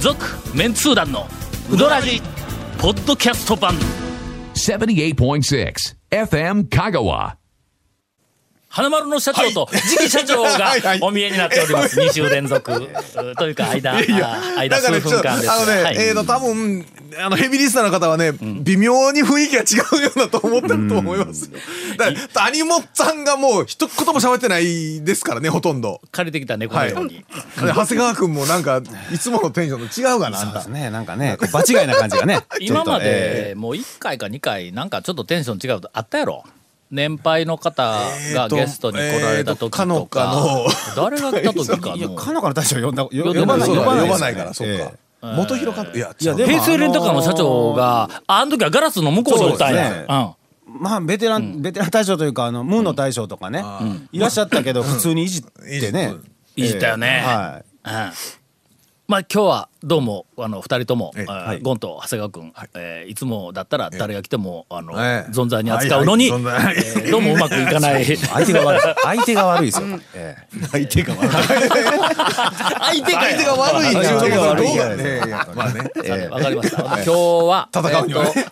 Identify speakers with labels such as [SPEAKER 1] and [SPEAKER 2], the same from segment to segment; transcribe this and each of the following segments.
[SPEAKER 1] 続メンツー団のウドラジポッドキャスト版
[SPEAKER 2] 78.6 FM Kagawa.
[SPEAKER 1] 花丸の社長と次期社長が
[SPEAKER 3] はいはい
[SPEAKER 1] お見えになっております2週連続というか間あー間
[SPEAKER 3] だか
[SPEAKER 1] 数
[SPEAKER 3] らちょ
[SPEAKER 1] 分
[SPEAKER 3] っとあ
[SPEAKER 1] 間です
[SPEAKER 3] のね、
[SPEAKER 1] はい
[SPEAKER 3] えーと多分あのヘビーリスナーの方はね、微妙に雰囲気が違うようだと思ってると思いますよ。だから谷本さんがもう一言も喋ってないですからねほとんど。
[SPEAKER 1] 借りてきた猫の
[SPEAKER 3] はい。
[SPEAKER 1] ように、
[SPEAKER 3] で長谷川君もなんかいつものテンションと違うかなあん
[SPEAKER 4] そうで
[SPEAKER 3] た
[SPEAKER 4] す。ねなんかねこう場違いな感じがねち
[SPEAKER 1] 今
[SPEAKER 4] ょっと
[SPEAKER 1] ま
[SPEAKER 4] え
[SPEAKER 1] でもう1回か2回なんかちょっとテンション違うとあったやろ年配の方がゲストに来られた時と
[SPEAKER 3] えーとかの
[SPEAKER 1] か誰が来た時か
[SPEAKER 4] ーいや
[SPEAKER 1] の
[SPEAKER 4] かのかの大将呼んだ呼
[SPEAKER 1] 呼んでない
[SPEAKER 3] そうだ
[SPEAKER 1] 呼ばないですね
[SPEAKER 3] 呼ばないから、そっか。元広監督いや違う
[SPEAKER 4] でも
[SPEAKER 1] 平成レンタカーの社長があの時はガラスの向こうにおったん
[SPEAKER 4] そうで
[SPEAKER 1] や
[SPEAKER 4] すね
[SPEAKER 1] うん
[SPEAKER 4] まあベテラン、ベテラン大将というかあのムーンの大将とかね、いらっしゃったけど普通にいじってね、
[SPEAKER 1] いじったよね、
[SPEAKER 4] は
[SPEAKER 1] うんまあ今日はどうもあの二人とも、え
[SPEAKER 3] え
[SPEAKER 1] ー
[SPEAKER 4] はい
[SPEAKER 1] ゴンと長谷川君、いえーいつもだったら誰が来ても、あの
[SPEAKER 3] ええ
[SPEAKER 1] 存在に扱うのに、
[SPEAKER 3] はいはい
[SPEAKER 1] えーどうもうまくいか ない
[SPEAKER 4] い相手が悪い相手が悪いですよ、ええ相手が悪い
[SPEAKER 1] 相手が
[SPEAKER 3] 相手が悪いっていうところはどうだね。まあね。
[SPEAKER 1] わかりました。今日は
[SPEAKER 3] 戦うにはね
[SPEAKER 1] えっと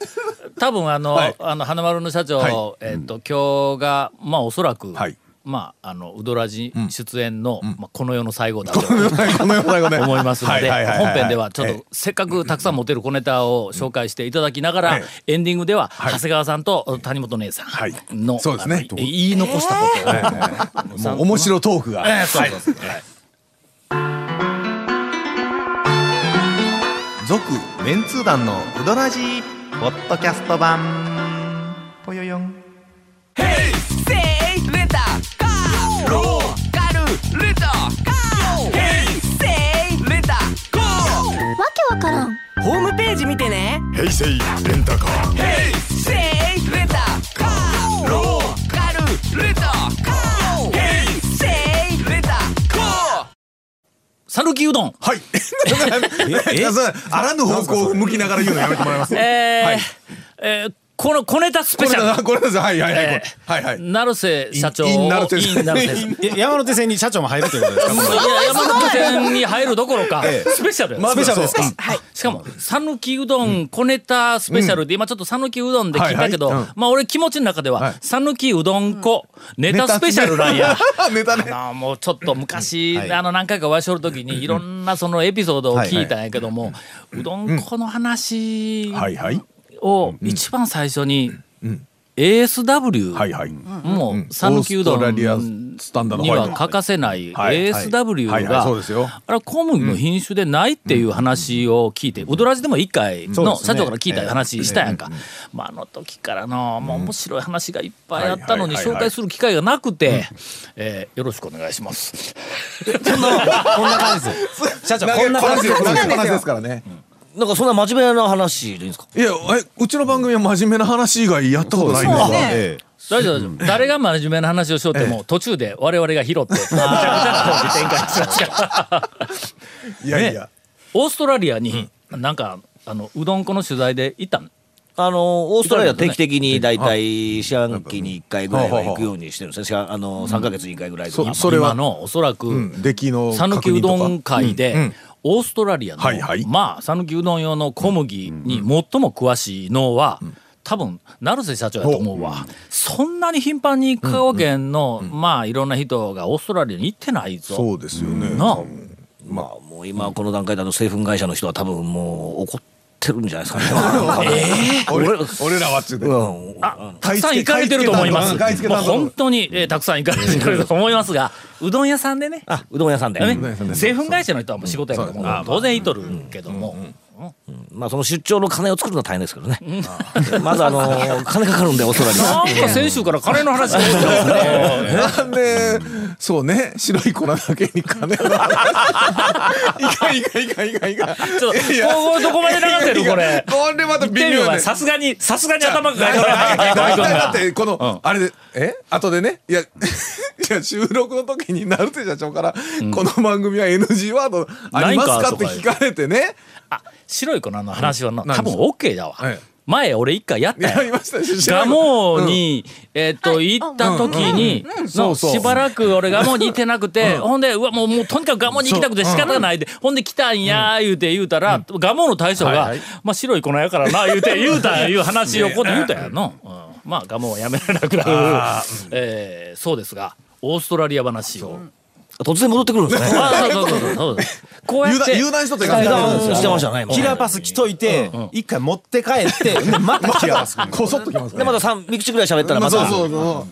[SPEAKER 1] 多分あの、
[SPEAKER 3] はい
[SPEAKER 1] あの花丸の社長、
[SPEAKER 3] はい
[SPEAKER 1] えっと今日がまあおそらく、
[SPEAKER 3] はい
[SPEAKER 1] まああのウドラジ出演の、まあこの世の最後だと。
[SPEAKER 3] この世の最 後ね。
[SPEAKER 1] 思いますので、
[SPEAKER 3] はいはいはい
[SPEAKER 1] 本編ではちょっ
[SPEAKER 3] え
[SPEAKER 1] とせっかくたくさん持てる小ネタを紹介していただきながら、
[SPEAKER 3] え
[SPEAKER 1] エンディングでは長谷川さんと谷本姉さ
[SPEAKER 3] はい
[SPEAKER 1] んの、
[SPEAKER 3] そうですね
[SPEAKER 1] あの言い残したことを、
[SPEAKER 3] えもう面白トークが。
[SPEAKER 1] ええそうそうそうはい
[SPEAKER 5] 続メンツー団のウドラジーポッドキャスト版ぽよよん
[SPEAKER 6] 平成レンタカーローカルレンタカー平成レンタカー
[SPEAKER 7] わけわからん
[SPEAKER 6] ホームページ見てね
[SPEAKER 8] 平成レンタカー
[SPEAKER 6] 平成レンタカーローカルレンタカー平成レンタカー
[SPEAKER 1] 讃岐うどん、
[SPEAKER 3] はい。 いやそれあらぬ方向を向きながら言うのやめてもらいます。
[SPEAKER 1] えーえーこの小ネタス
[SPEAKER 3] こ
[SPEAKER 1] ペ
[SPEAKER 3] れ
[SPEAKER 1] シャル
[SPEAKER 3] だ、これだ、はいはいはい。
[SPEAKER 1] えー
[SPEAKER 3] はいはい。
[SPEAKER 1] 成瀬社長を
[SPEAKER 3] インイン成瀬
[SPEAKER 1] イン成瀬 さん
[SPEAKER 4] ええ山手線に社長も入るということです かもう
[SPEAKER 1] いや山手線に入るどころ か、スペシャルや
[SPEAKER 3] まずは
[SPEAKER 4] スペシャルですか
[SPEAKER 3] そう
[SPEAKER 1] しかも、讃岐うどん、小ネタスペシャルで、今ちょっと讃岐うどんで聞いたけど
[SPEAKER 3] はいはいうん、
[SPEAKER 1] まあ俺気持ちの中では、讃岐うどん粉、ネタスペシャルなんや。。
[SPEAKER 3] ネタね。
[SPEAKER 1] なあもうちょっと昔、あの何回かお会いしとる時にいろんなそのエピソードを聞いたんやけども、うどん粉の話
[SPEAKER 3] はいはい。
[SPEAKER 1] を一番最初に、ASW、
[SPEAKER 3] はいはい。
[SPEAKER 1] もう讃岐うど
[SPEAKER 3] オーストラリア
[SPEAKER 1] ん
[SPEAKER 3] スタンダード
[SPEAKER 1] に
[SPEAKER 3] ホワイト
[SPEAKER 1] は欠かせない
[SPEAKER 3] はいはいはい
[SPEAKER 1] ASW
[SPEAKER 3] はいそうですよ
[SPEAKER 1] があれは小麦の品種でないっていう話を聞いて、ウドラジでも一回
[SPEAKER 4] そう
[SPEAKER 1] の
[SPEAKER 4] です
[SPEAKER 1] 社
[SPEAKER 4] ね
[SPEAKER 1] 長から聞いた話したやんか、まあ、あの時からのもう面白い話がいっぱいあったのに
[SPEAKER 3] はいは
[SPEAKER 1] 紹
[SPEAKER 3] いはいはい
[SPEAKER 1] 介する機会がなくて、えーよろしくお願いします。
[SPEAKER 4] こんな感じです社長こんな感じです
[SPEAKER 3] こんな話ですからね。
[SPEAKER 9] なんかそんな真面目な話でいいんですか
[SPEAKER 3] いや、え、うちの番組は真面目な話以外やったことないんですが。
[SPEAKER 4] ええ
[SPEAKER 1] 大丈夫大丈夫誰が真面目な話をしようっても途中で我々が 拾ってめちゃくちゃな話展開しました
[SPEAKER 3] いやいや。
[SPEAKER 1] オーストラリアになんかあのうどん粉の取材で行ったん
[SPEAKER 9] あのオーストラリア定期的に大体四半期に1回ぐらいは行くようにしてるんですね四半あの3か月に1回ぐらいとか
[SPEAKER 3] そそれ
[SPEAKER 1] 今
[SPEAKER 3] は、
[SPEAKER 1] のおそら
[SPEAKER 3] う
[SPEAKER 1] く
[SPEAKER 3] ん、出来の
[SPEAKER 1] 讃
[SPEAKER 3] 確
[SPEAKER 1] 岐う
[SPEAKER 3] 認とか。
[SPEAKER 1] どん会でオーストラリアの
[SPEAKER 3] はいはい
[SPEAKER 1] まあ讃岐うどん用の小麦に最も詳しいのは多分成瀬社長やと思うわそんなに頻繁に香川県のまあいろんな人がオーストラリアに行ってないぞ
[SPEAKER 3] そうですよね。
[SPEAKER 1] なあ
[SPEAKER 9] まあもう今この段階であの製粉会社の人は多分もう怒ってるんじゃないですか ね
[SPEAKER 3] 俺俺らはっつって。
[SPEAKER 9] うん
[SPEAKER 1] たくさん行かれてると思いますもう本当にえーたくさん行かれてると思いますがうどん屋さんでね
[SPEAKER 9] あうどん屋さんで、
[SPEAKER 1] ね製粉会社の人はもう仕事やからもう当然いとるけども
[SPEAKER 9] まあその出張の金を作るのは大変ですけどねまずあの金かかるんでオーストラリ
[SPEAKER 1] な
[SPEAKER 9] ア
[SPEAKER 1] んか先週からカレーの話が多いな
[SPEAKER 3] なんで、そうね、白い粉だけに金が。いかんいかんいかんいかんいかん。
[SPEAKER 1] ちょっと、
[SPEAKER 3] いや
[SPEAKER 1] 今後どこまで流せるこれ。
[SPEAKER 3] これまた
[SPEAKER 1] 言っ
[SPEAKER 3] 微
[SPEAKER 1] てみ
[SPEAKER 3] 妙
[SPEAKER 1] よ
[SPEAKER 3] やね
[SPEAKER 1] さすがに、さすがに頭が
[SPEAKER 3] 大
[SPEAKER 1] 変わらない。河合
[SPEAKER 3] 体
[SPEAKER 1] 君
[SPEAKER 3] だ
[SPEAKER 1] が
[SPEAKER 3] ってこのあれでえ後でねいや いや収録の時に成瀬社長から「この番組は NG ワードあります
[SPEAKER 1] ないん
[SPEAKER 3] か?」
[SPEAKER 1] か
[SPEAKER 3] って聞かれてね
[SPEAKER 1] あ白い粉の話はな、
[SPEAKER 3] 何
[SPEAKER 1] 多分 OK だわ
[SPEAKER 3] はい。
[SPEAKER 1] 前俺一回やった
[SPEAKER 3] や
[SPEAKER 1] よ
[SPEAKER 3] りましたし
[SPEAKER 1] ガモに、えっと、行った時に、のしばらく俺ガモに行ってなくて、ほんで、うわ、もう、もうとにかくガモに行きたくて仕方がないで、ほんで来たんや、言うて言うたら、ガモの大将が、まあ白い粉やからな、言うて言うた、いう話をこうで言うたやんの。うんまあガモはやめられなくなる。 えーそうですが、オーストラリア話を。
[SPEAKER 9] 突然戻ってくるんですね。
[SPEAKER 1] あそうそうそうそうそうこうやっ
[SPEAKER 3] 油
[SPEAKER 1] て
[SPEAKER 3] 断油断しとって
[SPEAKER 9] 油
[SPEAKER 3] か
[SPEAKER 9] 断してましたね。今
[SPEAKER 4] キラーパス来といて一回持って帰ってでまたキラーパス来る
[SPEAKER 3] こそっときます
[SPEAKER 9] で
[SPEAKER 3] ね
[SPEAKER 9] また三三口ぐらい喋ったらま
[SPEAKER 3] そう
[SPEAKER 9] た
[SPEAKER 3] そうそ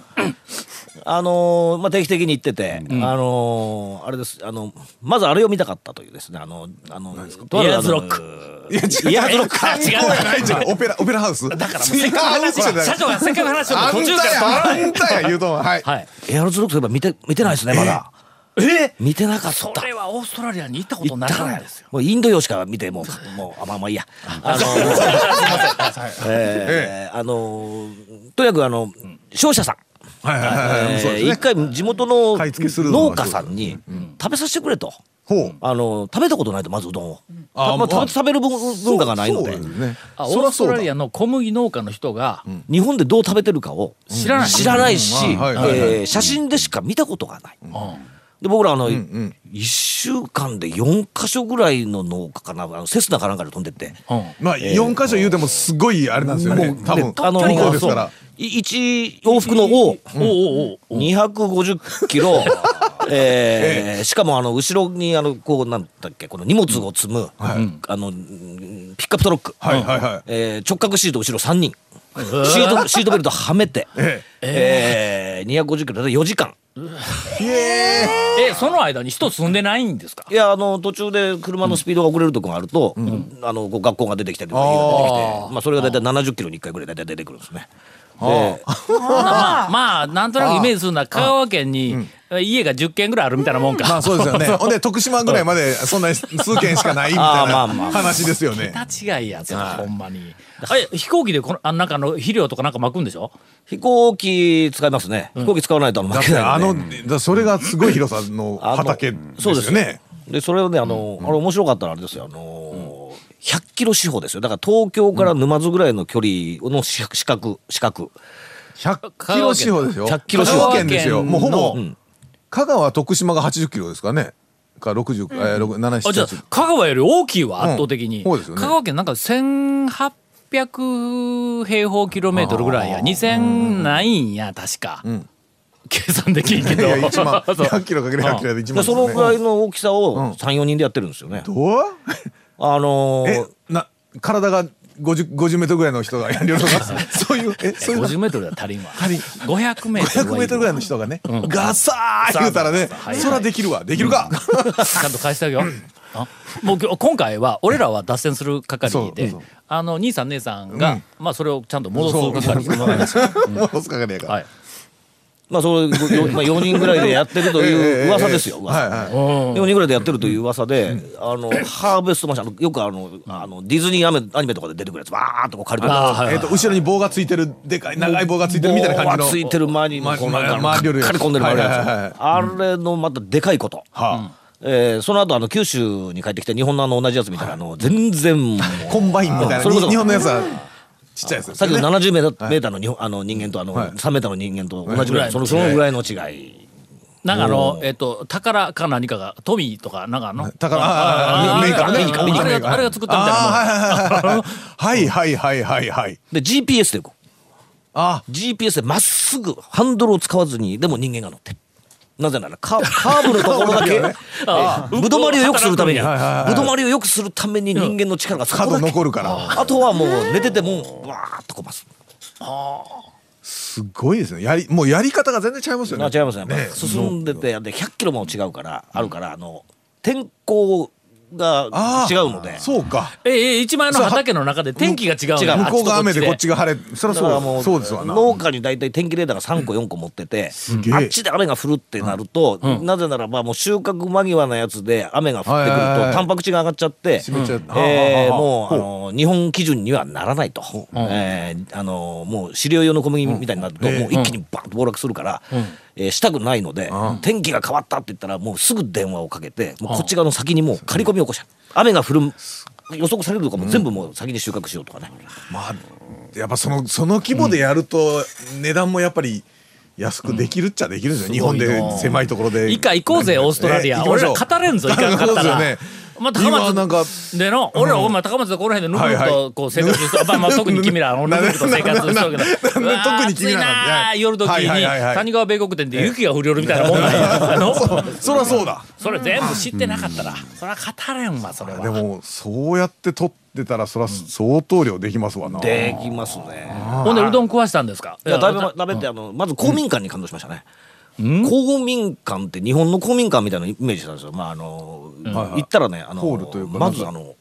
[SPEAKER 9] あのーまあ定期的に行ってて、あのーあれですあのまずあれを見たかったというですねあのあのとある
[SPEAKER 1] イヤーズロッ
[SPEAKER 9] ク
[SPEAKER 3] ういや違う
[SPEAKER 9] イヤーズロック
[SPEAKER 3] 違うないじゃんオペラオペラハウスだから
[SPEAKER 1] せっかく話
[SPEAKER 3] 違う
[SPEAKER 1] 社長がせっかく話を
[SPEAKER 3] あ
[SPEAKER 1] 途
[SPEAKER 3] ん
[SPEAKER 1] 中
[SPEAKER 3] た
[SPEAKER 1] から取ら
[SPEAKER 3] や
[SPEAKER 1] な
[SPEAKER 3] あ
[SPEAKER 1] い
[SPEAKER 3] んたや言うとんはい
[SPEAKER 1] はい
[SPEAKER 9] エアロズロックといえば見て見てないですねまだ
[SPEAKER 1] え
[SPEAKER 9] 見てなかっ
[SPEAKER 1] そ
[SPEAKER 9] た
[SPEAKER 1] れはオーストラリアに行ったこと
[SPEAKER 9] 行
[SPEAKER 1] な
[SPEAKER 9] った
[SPEAKER 1] か
[SPEAKER 9] か
[SPEAKER 1] な
[SPEAKER 9] ら
[SPEAKER 1] いですよ
[SPEAKER 9] もうインド洋しか見てもうもうあまあまあいい やあのーえーあのーとにかくあの商社さん
[SPEAKER 3] はいはいはいはい
[SPEAKER 9] え
[SPEAKER 3] そう
[SPEAKER 9] ー
[SPEAKER 3] です
[SPEAKER 9] 一
[SPEAKER 3] ね
[SPEAKER 9] 回地元の
[SPEAKER 3] 買い付けするの
[SPEAKER 9] 農
[SPEAKER 3] が
[SPEAKER 9] 家さんに食べさせてくれと。
[SPEAKER 3] ほう
[SPEAKER 9] あの食べたことないとまずうどんを、
[SPEAKER 3] あ
[SPEAKER 9] たまあ
[SPEAKER 3] まあ
[SPEAKER 9] 食べ食べる文文化がないので、
[SPEAKER 3] そうだよね
[SPEAKER 1] あ
[SPEAKER 3] そ
[SPEAKER 1] オー
[SPEAKER 3] ら
[SPEAKER 1] スト
[SPEAKER 3] そうだ
[SPEAKER 1] ラリアの小麦農家の人が
[SPEAKER 9] 日本でどう食べてるかを
[SPEAKER 1] 知らない
[SPEAKER 9] 知らないし、
[SPEAKER 3] うんまあはいはいはい
[SPEAKER 9] えー写真でしか見たことがない。で僕らあの、一
[SPEAKER 3] ん
[SPEAKER 9] 1週間で4箇所ぐらいの農家かなあのセスナかなんかで飛んでって、
[SPEAKER 3] まあ四箇所言うてもすごいあれなんですよね多分
[SPEAKER 9] であの
[SPEAKER 3] 向こうですから
[SPEAKER 9] 1往復のを250キロ、 えーしかもあの後ろにあのこうなんだっけこの荷物を積む、あのうんピックアップトラック、
[SPEAKER 3] はいはいはい
[SPEAKER 9] えー直角シート後ろ3人シートシートベルトはめて、えー250キロで4時間
[SPEAKER 1] えその間に人住んでないんですか
[SPEAKER 9] いやあの途中で車のスピードが遅れるとこがあると、あのこう学校が出てきたりとか家が出てきてまあ、それが大体70キロに1回ぐらい大体出てくるんですね。で
[SPEAKER 1] まあまあなんとなくイメージするのは香川県に家が10軒ぐらいあるみたいなもんか
[SPEAKER 3] まあそうですよ ね。ほんで徳島ぐらいまでそんなに数件しかないみたい
[SPEAKER 9] あーまあま
[SPEAKER 3] な
[SPEAKER 9] あ
[SPEAKER 3] 話です よね。
[SPEAKER 1] 桁違いやつほんまにあいや飛行機でこのあなんかあの肥料とかなんか巻くんでしょ
[SPEAKER 9] 飛行機使いますね。飛行機使わないとあの
[SPEAKER 3] だっ
[SPEAKER 9] 負け
[SPEAKER 3] て
[SPEAKER 9] ない
[SPEAKER 3] あ
[SPEAKER 9] んで。
[SPEAKER 3] のだそれがすごい広さの
[SPEAKER 9] あの
[SPEAKER 3] 畑です
[SPEAKER 9] そう
[SPEAKER 3] よね。
[SPEAKER 9] でそれをねあの、あれ面白かったらあれですよあのー、100キロ四方ですよだから東京から沼津ぐらいの距離の四四角四角
[SPEAKER 3] 100キロ四方ですよ。
[SPEAKER 9] 100キロ四
[SPEAKER 3] 香
[SPEAKER 9] 方
[SPEAKER 3] 川県ですよ。もうほぼ
[SPEAKER 9] うん
[SPEAKER 3] 香川徳島が80キロですかね。か60かえー6 7
[SPEAKER 1] あじゃあ
[SPEAKER 3] 7
[SPEAKER 1] 香川より大きいわ圧倒的に、
[SPEAKER 3] うんそうですよね
[SPEAKER 1] 香川県なんか1800平方キロメートルぐらいや2000ないんや確か、
[SPEAKER 3] ん
[SPEAKER 1] 計算できんけ
[SPEAKER 3] い
[SPEAKER 1] ど
[SPEAKER 3] や1万
[SPEAKER 1] そう
[SPEAKER 3] 100キロかける100キロで1
[SPEAKER 9] で
[SPEAKER 3] 万。
[SPEAKER 9] そのぐらい
[SPEAKER 3] ね。
[SPEAKER 9] の大きさ
[SPEAKER 3] うん
[SPEAKER 9] を三四人でやってるんですよね。
[SPEAKER 3] どう？
[SPEAKER 9] あの
[SPEAKER 3] え
[SPEAKER 9] ー、
[SPEAKER 3] な体が50 50メートルぐらいの人がやるようなそういうえそういう
[SPEAKER 1] 50メートルは足りんわ500メートル
[SPEAKER 3] 100メートルぐらいの人がねガサー言うたらね
[SPEAKER 1] はいはい
[SPEAKER 3] そらできるわできるか。
[SPEAKER 1] ちゃんと返してあげよう。あもう今日今回は俺らは脱線する係で
[SPEAKER 3] そうそう
[SPEAKER 1] あの兄さん姉さんが、
[SPEAKER 3] うん
[SPEAKER 1] まあそれをちゃんと戻す係
[SPEAKER 3] もうすかかねえから。
[SPEAKER 1] はい
[SPEAKER 9] まあそれ よまあ四人ぐらいでやってるという噂ですよ。噂
[SPEAKER 3] はいはい。
[SPEAKER 9] で4人ぐらいでやってるという噂で、あのハーベストマシンあのよくあのあのディズニーアメアニメとかで出てくるやつバーっとこう借りてるやつ
[SPEAKER 1] はい
[SPEAKER 3] えっと後ろに棒がついてるでかい長い棒がついてるみたいな感じの。
[SPEAKER 9] 棒はついてる前に
[SPEAKER 3] ま
[SPEAKER 9] こうなんか
[SPEAKER 3] ま回りよるやつ
[SPEAKER 9] 刈り込んでる回りよる
[SPEAKER 3] はいはいはい
[SPEAKER 9] やつあれのまたでかいこと、
[SPEAKER 3] はあ
[SPEAKER 9] えーその後あの九州に帰ってきて日本のあの同じやつみたいなあの全然もう
[SPEAKER 3] コンバインみたい
[SPEAKER 9] それこ
[SPEAKER 3] な。
[SPEAKER 9] そ
[SPEAKER 3] 日本のやつはちっちゃいやつです
[SPEAKER 9] さっ
[SPEAKER 3] よ
[SPEAKER 9] きの
[SPEAKER 3] ね。
[SPEAKER 9] 70メーターの日本あの人間とあの
[SPEAKER 3] はい
[SPEAKER 9] 3メーターの人間と同じぐら
[SPEAKER 1] ぐ
[SPEAKER 9] い
[SPEAKER 1] ら
[SPEAKER 9] そ
[SPEAKER 1] いの
[SPEAKER 9] のそのぐらいの違い
[SPEAKER 1] なんかあのえっ、と宝か何かがトミーとかなんかあの
[SPEAKER 3] 宝ああああメーカーね
[SPEAKER 1] メーカー
[SPEAKER 3] メーカー
[SPEAKER 1] あれがあれが作ったみたいなもん
[SPEAKER 3] あーはいはいはいはいはいはい。
[SPEAKER 9] で GPS でこう
[SPEAKER 3] あ
[SPEAKER 9] GPS でまっすぐハンドルを使わずにでも人間が乗ってるなぜならカーカーブのところ だけえーぶどまりを良くするためにぶどまりを良くするために人間の力がそこだ
[SPEAKER 3] 角
[SPEAKER 9] け
[SPEAKER 3] 残るから。
[SPEAKER 9] あとはもう寝ててもわーっとこます
[SPEAKER 3] すごいですね。やりもうやり方が全然違いますよ
[SPEAKER 9] ま
[SPEAKER 3] ね。
[SPEAKER 9] あ違いますねやっぱ進んでてで100キロも違うからあるからあの天候が
[SPEAKER 3] あ
[SPEAKER 9] 違
[SPEAKER 3] ー
[SPEAKER 9] うので
[SPEAKER 3] そうか。
[SPEAKER 1] ええ一枚の畑の中で天気が違うん
[SPEAKER 9] 違
[SPEAKER 1] や
[SPEAKER 9] う
[SPEAKER 3] 向こうが雨でこっち
[SPEAKER 1] が
[SPEAKER 3] が晴れ。そりゃ
[SPEAKER 9] だからも
[SPEAKER 3] そううそうですわな。
[SPEAKER 9] 農家に大体天気レーダーが3個4個持ってて、
[SPEAKER 3] げえ
[SPEAKER 9] あっちで雨が降るってなると、なぜならばもう収穫間際のやつで雨が降ってくると、
[SPEAKER 3] はいはいはい
[SPEAKER 9] タンパク質が上がっちゃって、
[SPEAKER 3] 湿っちゃう
[SPEAKER 9] うん
[SPEAKER 3] はあはあはあ
[SPEAKER 9] えー
[SPEAKER 3] ほう
[SPEAKER 9] もうあの日本基準にはならないと、えーあのもう飼料用の小麦みたいになると、もう一気にバーンと暴落するから、えーしたくないので、天気が変わったって言ったらもうすぐ電話をかけてもうこっち側の先にもう刈り込みを起こしちゃう雨が降る予測されるとかも全部もう先に収穫しようとかね、
[SPEAKER 3] まあやっぱそのその規模でやると値段もやっぱり安くできるっちゃできるんですよ、日本
[SPEAKER 1] すごいな
[SPEAKER 3] で狭いところで
[SPEAKER 1] 以下行こうぜ、オーストラリア。
[SPEAKER 3] ね行きま
[SPEAKER 1] 俺
[SPEAKER 3] しょ
[SPEAKER 1] ら
[SPEAKER 3] う
[SPEAKER 1] 語れんぞ、行かんかった
[SPEAKER 3] そ
[SPEAKER 1] ら
[SPEAKER 3] うですよね。
[SPEAKER 1] まあ、高
[SPEAKER 3] 今なんか
[SPEAKER 1] 松での、俺ら、お前高松でこの辺でぬくぬく
[SPEAKER 3] はいは
[SPEAKER 1] と
[SPEAKER 3] い
[SPEAKER 1] こう生活してる、まあまあ特に君ら、あのぬ
[SPEAKER 3] な
[SPEAKER 1] くぬくと生活してるけど、
[SPEAKER 3] ななな特
[SPEAKER 1] うわー
[SPEAKER 3] に君らなんで
[SPEAKER 1] 暑いな
[SPEAKER 3] は
[SPEAKER 1] ー
[SPEAKER 3] い
[SPEAKER 1] 夜時に
[SPEAKER 3] はいはいはい
[SPEAKER 1] 谷川米国店で雪が降りよるみたいなもんなんや。あの
[SPEAKER 3] そりゃそうだ
[SPEAKER 1] それ全部知ってなかったら、それは語れんわ、それは。
[SPEAKER 3] でもそうやって取ってたらそりゃ相当量できますわな、
[SPEAKER 9] できますね
[SPEAKER 1] ほんで、うどん食わしたんですか
[SPEAKER 9] いやだいぶ食べてあのまず公民館に感動しましたね、公民館って日本の公民館みたいなイメージなんですよ、まああの行ったらねあの
[SPEAKER 3] ホールというか
[SPEAKER 9] まずあの、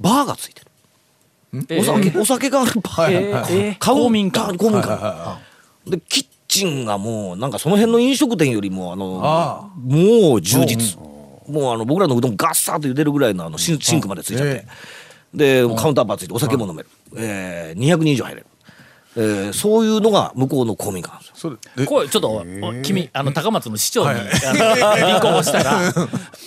[SPEAKER 9] バーがついてる
[SPEAKER 1] えー
[SPEAKER 9] お酒お酒があるバー、
[SPEAKER 1] えー
[SPEAKER 9] カウンター
[SPEAKER 1] 公民館
[SPEAKER 9] 公民館、でキッチンがもうなんかその辺の飲食店よりもあの
[SPEAKER 3] あ
[SPEAKER 9] もう充実もうあの僕らのうどんガッサーと茹でるぐらいのあのシンシンクまでついちゃって、でカウンターバーついてお酒も飲める、えー、200人以上入れる、えー、そういうのが向こうの公民館なんですよ
[SPEAKER 3] それえ
[SPEAKER 1] こうちょっとおお君あの高松の市長に、あの立候補した ら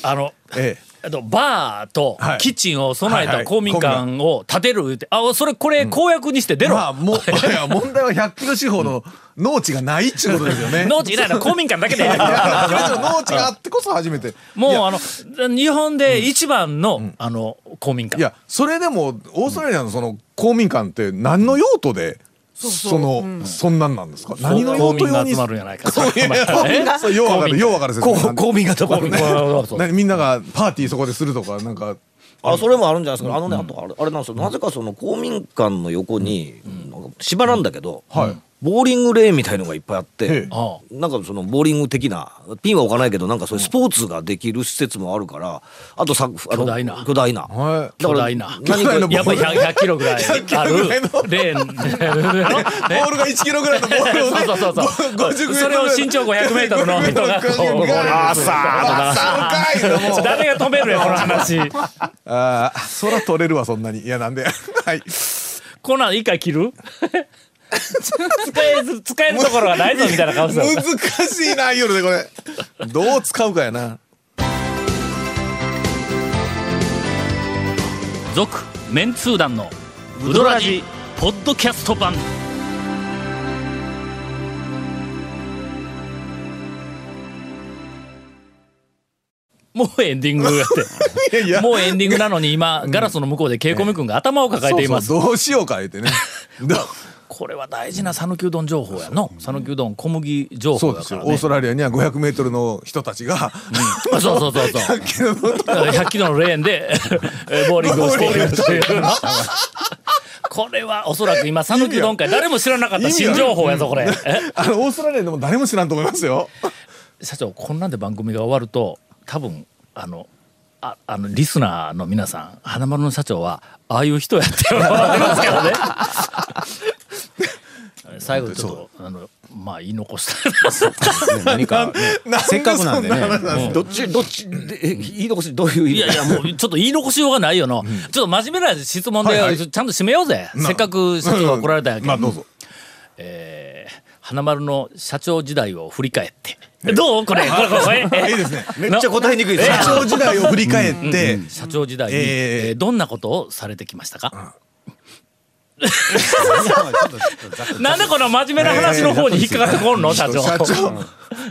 [SPEAKER 1] あの
[SPEAKER 3] ええ
[SPEAKER 1] あとバーと
[SPEAKER 3] はい
[SPEAKER 1] キッチンを備え
[SPEAKER 3] はい
[SPEAKER 1] た
[SPEAKER 3] はい
[SPEAKER 1] 公民館を建てる言うて、あそれこれ公約にして出ろ、
[SPEAKER 3] まあもういや問題は100キロ四方の農地がないっていうことですよね
[SPEAKER 1] 農地いら ないの公民館だけで
[SPEAKER 3] 100キロ四方の農地があってこそ初めて
[SPEAKER 1] もう
[SPEAKER 3] いや
[SPEAKER 1] あの日本で一番の、あの公民
[SPEAKER 3] い
[SPEAKER 1] 館
[SPEAKER 3] やそれでもオーストラリアのその公民館って何の用途でそのそんなんなんですか何の用
[SPEAKER 1] 公
[SPEAKER 3] 途
[SPEAKER 1] 民
[SPEAKER 3] 用
[SPEAKER 1] が集
[SPEAKER 3] に
[SPEAKER 1] まるんじゃないか
[SPEAKER 3] そういや公民がそうようわかるようわかる説明
[SPEAKER 9] 公公民館とかあるね
[SPEAKER 1] 館
[SPEAKER 3] 何みんながパーティーそこでするとかなんか
[SPEAKER 9] あそれもあるんじゃないですか、あのねあとあれあれなんですよなぜかその公民館の横に、なんか芝なんだけど、
[SPEAKER 3] はい
[SPEAKER 9] ボーリングレーンみたいのがいっぱいあって、
[SPEAKER 3] ええ
[SPEAKER 1] あ
[SPEAKER 9] なんかそのボーリング的なピンは置かないけどなんかそういうスポーツができる施設もあるからあとさあの巨
[SPEAKER 1] 大な
[SPEAKER 9] 巨大な、
[SPEAKER 3] はい
[SPEAKER 1] 巨大な
[SPEAKER 9] 何か
[SPEAKER 3] 巨大なボ
[SPEAKER 1] やっぱ
[SPEAKER 3] ー
[SPEAKER 1] り
[SPEAKER 3] ル
[SPEAKER 1] 100, 100キロぐ らいあるレーンね
[SPEAKER 3] ボールが1キロぐらいのボールをね
[SPEAKER 1] そうそうそうそう。
[SPEAKER 3] 50メートル
[SPEAKER 1] それを身長500メートルの人がこう
[SPEAKER 3] ゴール
[SPEAKER 1] あーさ
[SPEAKER 3] あーさー
[SPEAKER 1] ー誰が止めるよこの話。
[SPEAKER 3] あー空取れるわそんなにいやなんではい
[SPEAKER 1] こんなの一回切る？使えず使えるところがないぞみたいな顔してる。
[SPEAKER 3] 難しいな夜でこれどう使うかやな
[SPEAKER 1] 続メンツー団のウドラジポッドキャスト版。もうエンディングや って。
[SPEAKER 3] いやいや
[SPEAKER 1] もうエンディングなのに今ガラスの向こうでケイコミ君が頭を抱えています。
[SPEAKER 3] そうそうどうしようか言っ てねどう
[SPEAKER 1] これは大事な讃岐うどん情報やの讃岐うどん小麦情
[SPEAKER 3] そ
[SPEAKER 1] 報
[SPEAKER 3] う
[SPEAKER 1] だ
[SPEAKER 3] です
[SPEAKER 1] か
[SPEAKER 3] よ
[SPEAKER 1] ら
[SPEAKER 3] オー
[SPEAKER 1] ね
[SPEAKER 3] ストラリアには5 0 0ルの人たちが
[SPEAKER 1] そうそうそうそう100キロのレーンでえボーリングをしているというのこれはおそらく今讃岐うどん会誰も知らなかった新情報やぞこれえ
[SPEAKER 3] あのオーストラリアでも誰も知らんと思いますよ
[SPEAKER 1] 社長こんなんで番組が終わると多分あのああのリスナーの皆さん花丸の社長はああいう人やって思われますけ どね最後にちょっとあのまあ言い残した
[SPEAKER 4] ね何かね
[SPEAKER 3] なんで
[SPEAKER 4] せっかくなんで
[SPEAKER 3] そんな
[SPEAKER 4] ね
[SPEAKER 3] 話なんですか
[SPEAKER 9] どっちどっちでえ言い残しどういう意 味
[SPEAKER 1] いやいやもうちょっと言い残しようがないよの、ちょっと真面目な質問で
[SPEAKER 3] はいはい
[SPEAKER 1] ちゃんと締めようぜ、せっかく社長が来られたんやけど,、
[SPEAKER 3] まあどうぞ
[SPEAKER 1] えー花丸の社長時代を振り返ってどうこれこれこれこれ
[SPEAKER 3] い いですね
[SPEAKER 9] めっちゃ答えにくいです
[SPEAKER 3] 社長時代を振り返って、
[SPEAKER 1] 社長時代に、
[SPEAKER 3] えー
[SPEAKER 1] えーどんなことをされてきました か、なんでこの真面目な話の方に引っかかってこんの、社長
[SPEAKER 3] 社長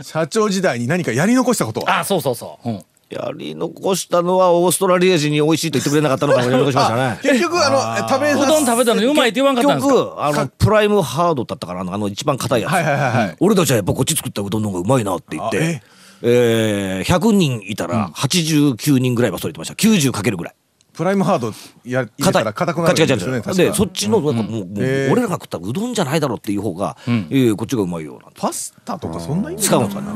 [SPEAKER 3] 社長時代に何かやり残したことは
[SPEAKER 1] あそうそうそう、うん
[SPEAKER 9] やり残したのはオーストラリア人に美味しいと言ってくれなかったのかもやり残しまし たね
[SPEAKER 3] 結局あの食べ
[SPEAKER 1] うどん食べたのにうまいって言わんかったん
[SPEAKER 9] 結
[SPEAKER 1] ですか
[SPEAKER 9] 局あのプライムハードだったからあのあの一番硬いやつ、
[SPEAKER 3] はいはいはいはい
[SPEAKER 9] 俺たちはやっぱこっち作ったうどんの方がうまいなって言っ
[SPEAKER 3] あ
[SPEAKER 9] て
[SPEAKER 3] え、
[SPEAKER 9] えー、100人いたら89人ぐらいはそれてました90かけるぐらい
[SPEAKER 3] プライムハードや入れ
[SPEAKER 9] 硬
[SPEAKER 3] た
[SPEAKER 9] い
[SPEAKER 3] ら硬くなるんですよね
[SPEAKER 9] カチカチカ
[SPEAKER 3] 確
[SPEAKER 9] チでそ
[SPEAKER 3] か
[SPEAKER 9] っちのなんかもう,、もう
[SPEAKER 3] えー
[SPEAKER 9] 俺らが食ったうどんじゃないだろうっていう方が、えーこっちがうまいよなんて
[SPEAKER 3] パスタとかそんな意味
[SPEAKER 9] 使うんですかね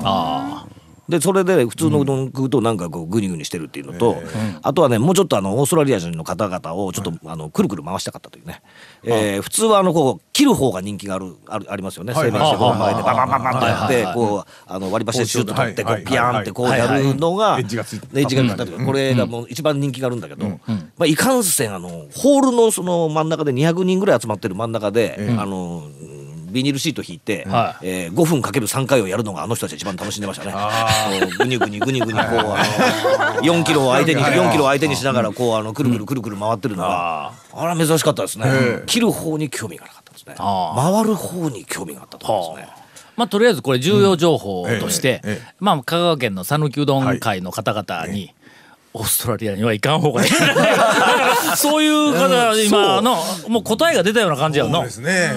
[SPEAKER 9] でそれで普通のうどん食うとなんかこうグニグニしてるっていうのと、あとはねもうちょっとあのオーストラリア人の方々をちょっと、あのくるくる回したかったというね、えー普通はあのこう切る方が人気があるあるありますよね
[SPEAKER 3] はい
[SPEAKER 9] 成
[SPEAKER 3] はい
[SPEAKER 9] 弁してこう前でバンバンバンバンとやっ
[SPEAKER 1] はい
[SPEAKER 9] て
[SPEAKER 1] はい
[SPEAKER 9] こうあの割り箸でシュッと取ってこ
[SPEAKER 3] は
[SPEAKER 9] う
[SPEAKER 3] い
[SPEAKER 9] ピヤーンってこうやるのが
[SPEAKER 3] はいはいはいはいエッジがついた
[SPEAKER 9] エッジがついたというかこれがもう一番人気があるんだけど、まあ、いかんせんあのホールのその真ん中で200人ぐらい集まってる真ん中で、あのうんビニールシート引いて、
[SPEAKER 1] は
[SPEAKER 9] えー5分かける3回をやるのがあの人たちが一番楽しんでましたね。こうぐにゅぐにゅぐにゅぐにゅこうあの4キロを相手に4キロを相手にしながらこうあのくるくるくるくる回ってるのは、あれは珍しかったですね。切る方に興味がなかったですね。
[SPEAKER 1] あ
[SPEAKER 9] 回る方に興味があったと思いますね。
[SPEAKER 1] まあ、とりあえずこれ重要情報として、
[SPEAKER 3] うんえええ
[SPEAKER 1] まあ、香川県の讃岐うどん会の方々に、オーストラリアには行かん方がいい だからそういう方が今の、もう答えが出たような感じやん
[SPEAKER 3] そう
[SPEAKER 1] の
[SPEAKER 3] ですね、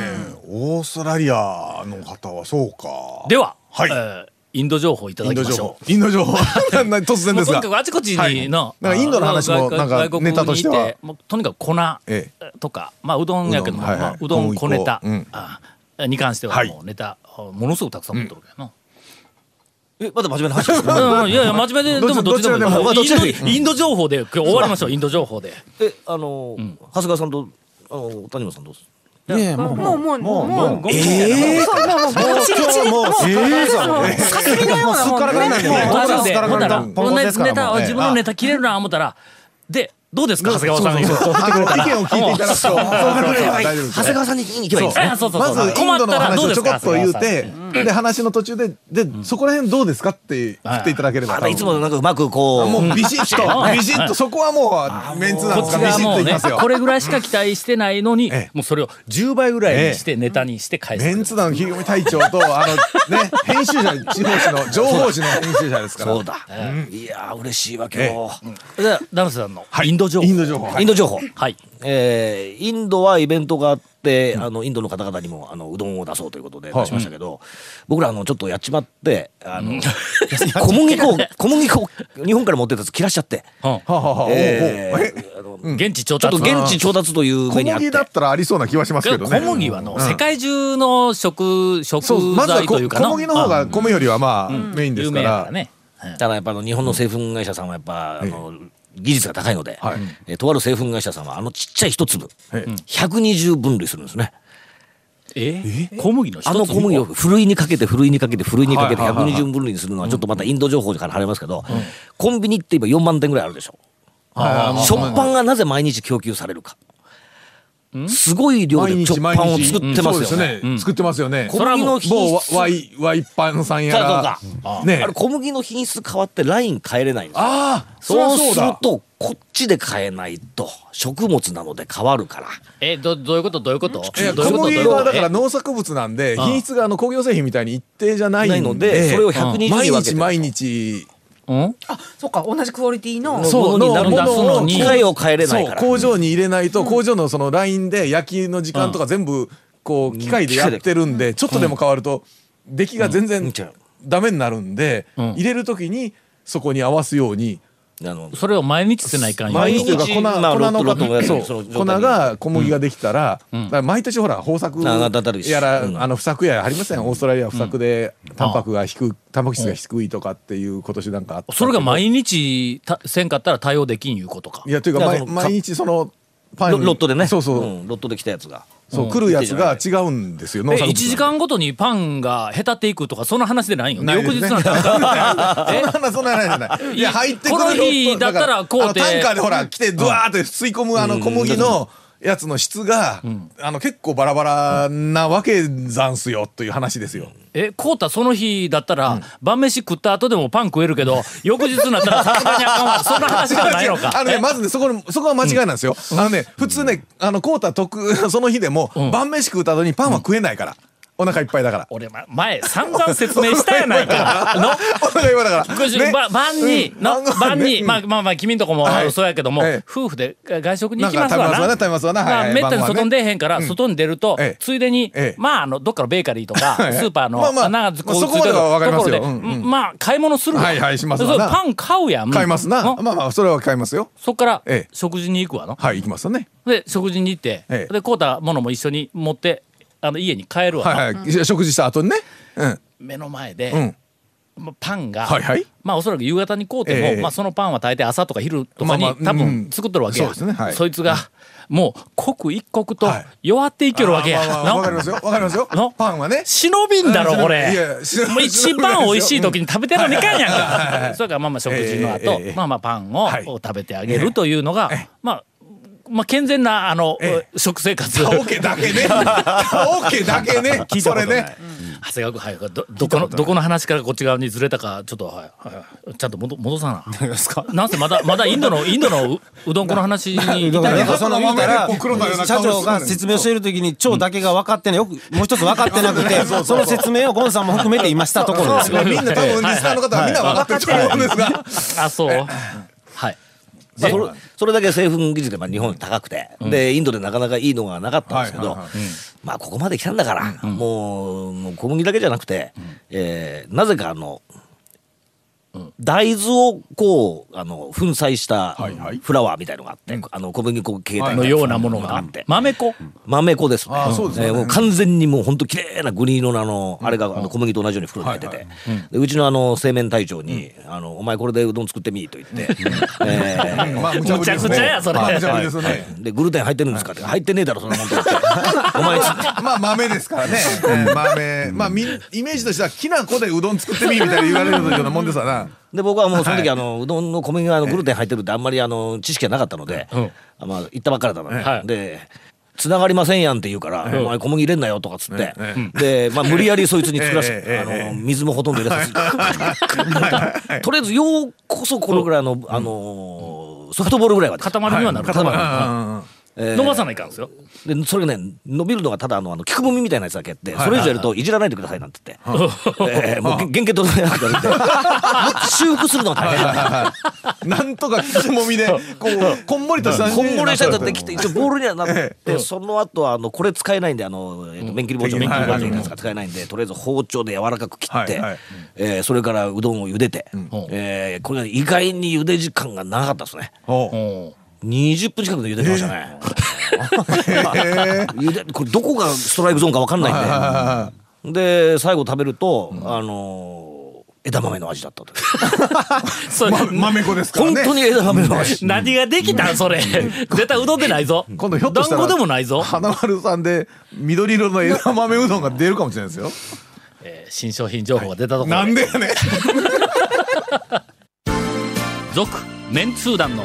[SPEAKER 3] オーストラリアの方はそうか
[SPEAKER 1] では、
[SPEAKER 3] はい
[SPEAKER 1] えーインド情報いた
[SPEAKER 3] イ
[SPEAKER 1] だ
[SPEAKER 3] ン
[SPEAKER 1] き
[SPEAKER 3] ド
[SPEAKER 1] ま
[SPEAKER 3] 情
[SPEAKER 1] しょ
[SPEAKER 3] 報インド情報なんなん 突
[SPEAKER 1] う
[SPEAKER 3] 然
[SPEAKER 1] も
[SPEAKER 3] で
[SPEAKER 1] う
[SPEAKER 3] す
[SPEAKER 1] とに
[SPEAKER 3] が
[SPEAKER 1] かくあちこちにの、
[SPEAKER 3] はいなんかインドの話も
[SPEAKER 1] あの
[SPEAKER 3] なんか
[SPEAKER 1] 外国
[SPEAKER 3] ネタとしては
[SPEAKER 1] にいもとにかく粉
[SPEAKER 3] え
[SPEAKER 1] とか、まあ、うどんやけども
[SPEAKER 3] うどんはいはい
[SPEAKER 1] まあうどん小ネタ、
[SPEAKER 3] 小麦粉うん
[SPEAKER 1] あに関しては
[SPEAKER 3] はい
[SPEAKER 1] もうネタ、ものすごくたくさん持ってるけどな。
[SPEAKER 9] えまだ真面目な話ですか
[SPEAKER 1] うん、いやいや真面目ででもどっちでもいい
[SPEAKER 9] どっちでもいい
[SPEAKER 1] インドインド情報で今日終わりましょうインド情報で
[SPEAKER 9] えあの、長谷川さんとあの谷本さんどうです
[SPEAKER 7] もうもうもうもうもうもうもうもうもうもうもうもうもうもうもう霞のようなもんねもう
[SPEAKER 1] 途中で
[SPEAKER 4] ポンコツですからポンコ
[SPEAKER 1] 同
[SPEAKER 4] ツ
[SPEAKER 1] じ
[SPEAKER 4] ですから
[SPEAKER 1] ネタを
[SPEAKER 4] もう
[SPEAKER 1] 自分のネタ切れるな思ったらでどうですか長谷川さん
[SPEAKER 3] そうそうそうあの意見を聞いていただくとそう大丈夫です
[SPEAKER 9] 長谷川さんに言いに行けばいいんですね
[SPEAKER 1] あそうそう
[SPEAKER 3] ま
[SPEAKER 1] そう
[SPEAKER 3] ずイ
[SPEAKER 1] 困
[SPEAKER 3] ン
[SPEAKER 1] っ
[SPEAKER 3] ドの
[SPEAKER 1] たら
[SPEAKER 3] 話
[SPEAKER 1] どう
[SPEAKER 3] を
[SPEAKER 1] で
[SPEAKER 3] ち
[SPEAKER 1] す
[SPEAKER 3] ょこ
[SPEAKER 1] か
[SPEAKER 3] っと言う
[SPEAKER 1] 長谷川
[SPEAKER 3] てで話の途中ででそこら辺どうですかって振っていただければ
[SPEAKER 9] あのいつものなんかうまくこう
[SPEAKER 3] もうビ シッとビシッとそこはもうメンツな
[SPEAKER 1] さん
[SPEAKER 3] ん
[SPEAKER 1] こ
[SPEAKER 3] で
[SPEAKER 1] っ
[SPEAKER 3] す
[SPEAKER 1] ちが
[SPEAKER 3] かビシッ
[SPEAKER 1] も
[SPEAKER 3] と
[SPEAKER 1] う
[SPEAKER 3] いき
[SPEAKER 1] ね
[SPEAKER 3] ますよ
[SPEAKER 1] これぐらいしか期待してないのに
[SPEAKER 3] ええ
[SPEAKER 1] もうそれを10倍ぐらいにしてネタにして返
[SPEAKER 3] メン
[SPEAKER 1] す
[SPEAKER 3] ツ団の木組隊長とあのね編集者地方紙の情報紙の編集者ですから
[SPEAKER 9] そうだ、いやー嬉しいわ今日、
[SPEAKER 3] え
[SPEAKER 1] じゃあダムスさんのインド情報
[SPEAKER 3] インド情報
[SPEAKER 9] インド情報、
[SPEAKER 1] はい
[SPEAKER 9] えーインドはイベントがあって、あのインドの方々にもあのうどんを出そうということで出しましたけど、僕らあのちょっとやっちまってあの 小麦粉を小麦粉を日本から持ってたやつ切らしちゃって、
[SPEAKER 3] ははは
[SPEAKER 9] え
[SPEAKER 3] おうおうえ
[SPEAKER 9] ーあの
[SPEAKER 1] 現地調
[SPEAKER 9] ちょっと
[SPEAKER 1] 達
[SPEAKER 9] 現地調達という
[SPEAKER 3] 小
[SPEAKER 9] 目にあって
[SPEAKER 3] 麦だったらありそうな気はしますけどね
[SPEAKER 1] 小麦はの世界中の食食
[SPEAKER 3] そうまずは
[SPEAKER 1] 材
[SPEAKER 3] こと
[SPEAKER 1] いうかな
[SPEAKER 3] 小麦の方が米よりはまあメインです
[SPEAKER 1] 有
[SPEAKER 3] か
[SPEAKER 1] 名やかららね
[SPEAKER 9] ただやっぱあの日本の製粉会社さんはやっぱ、あの技術が高いので、
[SPEAKER 3] はい
[SPEAKER 9] えーとある製粉会社さんはあのちっちゃい一粒、
[SPEAKER 3] はい
[SPEAKER 9] 120分類するんですね。
[SPEAKER 1] え小麦の一つ
[SPEAKER 9] あの小麦をふるいにかけてふるいにかけてふるいにかけて
[SPEAKER 3] はいはいはいはい
[SPEAKER 9] 120分類にするのはちょっとまたインド情報から離れますけど、コンビニって今4万点ぐらいあるでしょ。食パンがなぜ毎日供給されるか。すごい量
[SPEAKER 3] 毎
[SPEAKER 9] で
[SPEAKER 3] 日
[SPEAKER 9] 食
[SPEAKER 3] 毎
[SPEAKER 9] パンを
[SPEAKER 3] 日
[SPEAKER 9] 作ってますよね。
[SPEAKER 3] そうですね作ってますよね
[SPEAKER 9] 小麦の品
[SPEAKER 3] 某
[SPEAKER 9] 質
[SPEAKER 3] ワイワイパンさんやら
[SPEAKER 9] そうそうそう
[SPEAKER 3] ね
[SPEAKER 9] あれ小麦の品質変わってライン変えれないんですよ
[SPEAKER 3] ああそりゃ
[SPEAKER 9] そう
[SPEAKER 3] そう
[SPEAKER 9] する
[SPEAKER 3] だ
[SPEAKER 9] とこっちで買えないと食物なので変わるから
[SPEAKER 1] えどどういうことどういうことどう
[SPEAKER 3] い
[SPEAKER 1] い
[SPEAKER 3] や
[SPEAKER 1] うこと
[SPEAKER 3] 小
[SPEAKER 1] どういう
[SPEAKER 3] 麦
[SPEAKER 1] こ
[SPEAKER 3] は
[SPEAKER 1] と
[SPEAKER 3] だから
[SPEAKER 1] え
[SPEAKER 3] 農作物なんで品質があの工業製品みたいに一定じゃない
[SPEAKER 9] ないのでそれを120に分
[SPEAKER 3] 毎
[SPEAKER 9] け
[SPEAKER 3] 日
[SPEAKER 9] て
[SPEAKER 3] 毎日
[SPEAKER 1] うん
[SPEAKER 7] そうか同じクオリティの
[SPEAKER 9] そう
[SPEAKER 1] の
[SPEAKER 9] になる
[SPEAKER 1] ものを
[SPEAKER 9] その
[SPEAKER 1] 出すのに
[SPEAKER 9] 機械を変えれな
[SPEAKER 3] そ
[SPEAKER 9] い
[SPEAKER 3] う
[SPEAKER 9] から
[SPEAKER 3] 工場に入れないと工場のそのラインで焼きの時間とか全部こう機械でやってるんでちょっとでも変わると出来が全然
[SPEAKER 9] うん
[SPEAKER 3] ダメになるんで
[SPEAKER 1] ん
[SPEAKER 3] 入れる時にそこに合わすように
[SPEAKER 9] あの
[SPEAKER 1] それを毎日せないかんよ
[SPEAKER 9] 毎日
[SPEAKER 3] というか粉粉
[SPEAKER 9] まあ
[SPEAKER 3] の
[SPEAKER 9] ロットのやつ
[SPEAKER 3] そう
[SPEAKER 9] その状態
[SPEAKER 3] 粉が小麦ができたらだから毎年ほら豊作
[SPEAKER 9] あだったりし
[SPEAKER 3] やら
[SPEAKER 9] うん
[SPEAKER 3] あの不作やありませんオーストラリアは不作でタンパクが低くタンパク質が低いとかっていう今年なんかあったけど
[SPEAKER 1] それが毎日たせんかったら対応できんいうことか
[SPEAKER 3] いやというか
[SPEAKER 9] だから
[SPEAKER 3] 毎
[SPEAKER 9] その
[SPEAKER 3] 毎日そのパン
[SPEAKER 9] ロ
[SPEAKER 3] に
[SPEAKER 9] ロットでね
[SPEAKER 3] そうそう、
[SPEAKER 9] んロットで来たやつが
[SPEAKER 3] そう来るやつが違うんですよ農
[SPEAKER 1] え
[SPEAKER 3] 作物
[SPEAKER 1] 1時間ごとにパンがへたっていくとかそんな話でないよね
[SPEAKER 3] ないで
[SPEAKER 1] 翌
[SPEAKER 3] す
[SPEAKER 1] 日な
[SPEAKER 3] ね
[SPEAKER 1] んてあかん
[SPEAKER 3] そん な話そんな話じゃないいや入ってくる
[SPEAKER 1] この日だったらこう
[SPEAKER 3] あの
[SPEAKER 1] て
[SPEAKER 3] タンカーでほら来てドワーって吸い込むあの小麦のやつの質が、あの結構バラバラなわけざんすよという話ですよ、
[SPEAKER 1] えこうたその日だったら晩飯食った後でもパン食えるけ ど翌日になったらさすがにあかんわそんな話がないのか
[SPEAKER 3] あのねまずねそこのそこは間違いなんですよ、あのね普通ねあのコータ特 その日でも、晩飯食うた後にパンは食えないから、お腹いっぱいだから
[SPEAKER 1] 俺ま前散々説明したやないか の
[SPEAKER 3] お腹いっぱいだから、ね
[SPEAKER 1] ば晩に、
[SPEAKER 3] うん
[SPEAKER 1] の晩に、
[SPEAKER 3] うん
[SPEAKER 1] まあまあまあ君んとこも
[SPEAKER 3] はい
[SPEAKER 1] そうやけども、
[SPEAKER 3] ええ
[SPEAKER 1] 夫婦で外食に行きます
[SPEAKER 3] なんか
[SPEAKER 1] わな。
[SPEAKER 3] 食べますわな食べますわなはいはい
[SPEAKER 1] めったに
[SPEAKER 3] 晩はね
[SPEAKER 1] 外に出へんから、外に出ると、
[SPEAKER 3] ええ
[SPEAKER 1] ついでに、
[SPEAKER 3] ええ
[SPEAKER 1] まああのどっかのベーカリーとか、
[SPEAKER 3] はいはい
[SPEAKER 1] スーパーの、
[SPEAKER 3] まあまあ
[SPEAKER 1] なんこう
[SPEAKER 3] まあそこ
[SPEAKER 1] ついてる
[SPEAKER 3] まではわかりますよ
[SPEAKER 1] ところで
[SPEAKER 3] うんうん
[SPEAKER 1] まあ買い物するわ
[SPEAKER 3] はいはいしますわ
[SPEAKER 1] そう
[SPEAKER 3] な
[SPEAKER 1] パン買うやん。
[SPEAKER 3] 買いますな、
[SPEAKER 1] の
[SPEAKER 3] まあまあそれは買いますよ
[SPEAKER 1] そっから、
[SPEAKER 3] ええ
[SPEAKER 1] 食事に行くわの。
[SPEAKER 3] はい行きますよね
[SPEAKER 1] で食事に行って、
[SPEAKER 3] ええ
[SPEAKER 1] で買うたものも一緒に持ってあの家に帰るわな、
[SPEAKER 3] はいはい、食事した後にねうん
[SPEAKER 1] 目の前で。
[SPEAKER 3] うん
[SPEAKER 1] まあパンが、
[SPEAKER 3] はいはい
[SPEAKER 1] まあおそらく夕方に買うても、
[SPEAKER 3] ええ
[SPEAKER 1] まあそのパンは大体朝とか昼とかに、
[SPEAKER 3] まあまあ
[SPEAKER 1] 多
[SPEAKER 3] う
[SPEAKER 1] 分
[SPEAKER 3] ん
[SPEAKER 1] 作っとるわけや、
[SPEAKER 3] そうですねはい
[SPEAKER 1] そいつが、もう刻一刻と
[SPEAKER 3] はい
[SPEAKER 1] 弱っていけるわけや、
[SPEAKER 3] あーまあまあわかりますよわかりますよ
[SPEAKER 1] の
[SPEAKER 3] パンは ね
[SPEAKER 1] 忍びんだろこれ
[SPEAKER 3] いや忍び
[SPEAKER 1] もう一番美味しい時に食べてらんねかんやんかそれからまあまあ食事の後、
[SPEAKER 3] ええええ
[SPEAKER 1] まあまあパンを
[SPEAKER 3] はい
[SPEAKER 1] 食べてあげるというのが、
[SPEAKER 3] ええ
[SPEAKER 1] まあまあ、健全なあの、食生活
[SPEAKER 3] タオケだけね。タオケだけね。それね。
[SPEAKER 1] 長谷川君はいどどこのどこの話からこっち側にずれたかちょっと、はいはい、ちゃんと戻戻 さな。なんせまだまだインドのインドのううどんこの話に
[SPEAKER 4] だからなんかその言うたら
[SPEAKER 3] こう黒のような
[SPEAKER 4] 社
[SPEAKER 3] 顔してる
[SPEAKER 4] 長が説明をしている時に蝶だけが分かってないよくもう一つ分かってなくてその説明をゴンさんも含めて今したところですよ
[SPEAKER 3] みんな多分リスナーの方はみんな分かってると思うんですが。
[SPEAKER 1] あそううんはい
[SPEAKER 9] まあそれそれだけ製粉技術がまあ日本高くて、でインドでなかなかいいのがなかったんですけど、
[SPEAKER 3] はいはいはい
[SPEAKER 9] まあここまで来たんだから、もうもう小麦だけじゃなくて、えーなぜかあの、大豆をこうあの粉砕した
[SPEAKER 3] はいはい
[SPEAKER 9] フラワーみたいのがあって、あの小麦粉形態
[SPEAKER 1] のようなものが
[SPEAKER 9] あ
[SPEAKER 1] あ
[SPEAKER 9] っ
[SPEAKER 1] って
[SPEAKER 9] て、
[SPEAKER 1] 豆粉
[SPEAKER 9] 豆粉ですね。
[SPEAKER 3] あーそうですよね
[SPEAKER 9] えーもう完全にもう本当綺麗なグリーン色のあの、あれがあの小麦と同じように袋に入ってて、でうちのあの製麺隊長に、あのお前これでうどん作ってみいと言って、えー
[SPEAKER 3] まあ無
[SPEAKER 1] むちゃくちゃやそれ
[SPEAKER 3] まあ無茶ぶりですよね。
[SPEAKER 9] でグルテン入ってるんですかって入ってねえだろそんなも んと思ってお前
[SPEAKER 3] まあ豆ですからね。ええ豆。まあみんイメージとしてはきな粉でうどん作ってみみたいな言われるようなもんですわな。
[SPEAKER 9] で僕はもうその時あのうどんの小麦があのグルテン入ってるってあんまりあの知識がなかったので、まあ行ったばっかりだったので、
[SPEAKER 1] はい
[SPEAKER 9] で。繋がりませんやんって言うから、お前小麦入れんなよとかっつって、で、まあ無理やりそいつに作らせて、
[SPEAKER 3] ええええええ
[SPEAKER 9] あの、水もほとんど入れさせて、とりあえずようこそこのぐらいの、あのーソフトボールぐらいはできた
[SPEAKER 1] 固まるにはなる、
[SPEAKER 3] 固まるうんうん
[SPEAKER 1] 伸ばさないかんですよ
[SPEAKER 9] でそれがね伸びるのがただあのあの木くぼみみたいなやつだけあってそれ以上やるといじらないでくださいなんて言って、えーもう原型整えなくなるんでもう修復するのが大変だ
[SPEAKER 3] うん。なんとかきつもみでこうこんもりとした
[SPEAKER 9] こんもりしたやつできて
[SPEAKER 3] て。
[SPEAKER 9] 一応ボールにはなってその後はあのこれ使えないんであの、えっと面切り包丁
[SPEAKER 3] 面切り包
[SPEAKER 9] 面切り
[SPEAKER 3] 丁
[SPEAKER 9] 包丁みたいなやつが使えないんでとりあえず包丁で柔らかく切って、
[SPEAKER 3] はいはい
[SPEAKER 9] えーそれからうどんを茹でて、えーこれが意外に茹で時間が長かったですね
[SPEAKER 3] おう
[SPEAKER 9] 20分近くで茹でてましたね、
[SPEAKER 3] へえ
[SPEAKER 9] 茹でこれどこがストライクゾーンか分かんないんで。
[SPEAKER 3] あ
[SPEAKER 9] で最後食べると、あのー枝豆の味だったと
[SPEAKER 1] それ
[SPEAKER 3] ー 豆子ですから
[SPEAKER 9] 本
[SPEAKER 3] ね。
[SPEAKER 9] 当に枝豆の 味
[SPEAKER 1] 何ができたんそ れ絶対うどんでないぞ
[SPEAKER 3] 今度ひょっとしたら
[SPEAKER 1] 団子でもないぞ、
[SPEAKER 3] 花丸さんで緑色の枝豆うどんが出るかもしれないで すよ。
[SPEAKER 1] えー新商品情報が出たとこ
[SPEAKER 3] な
[SPEAKER 1] ろ
[SPEAKER 3] んでやねん。
[SPEAKER 1] 続メンツー団の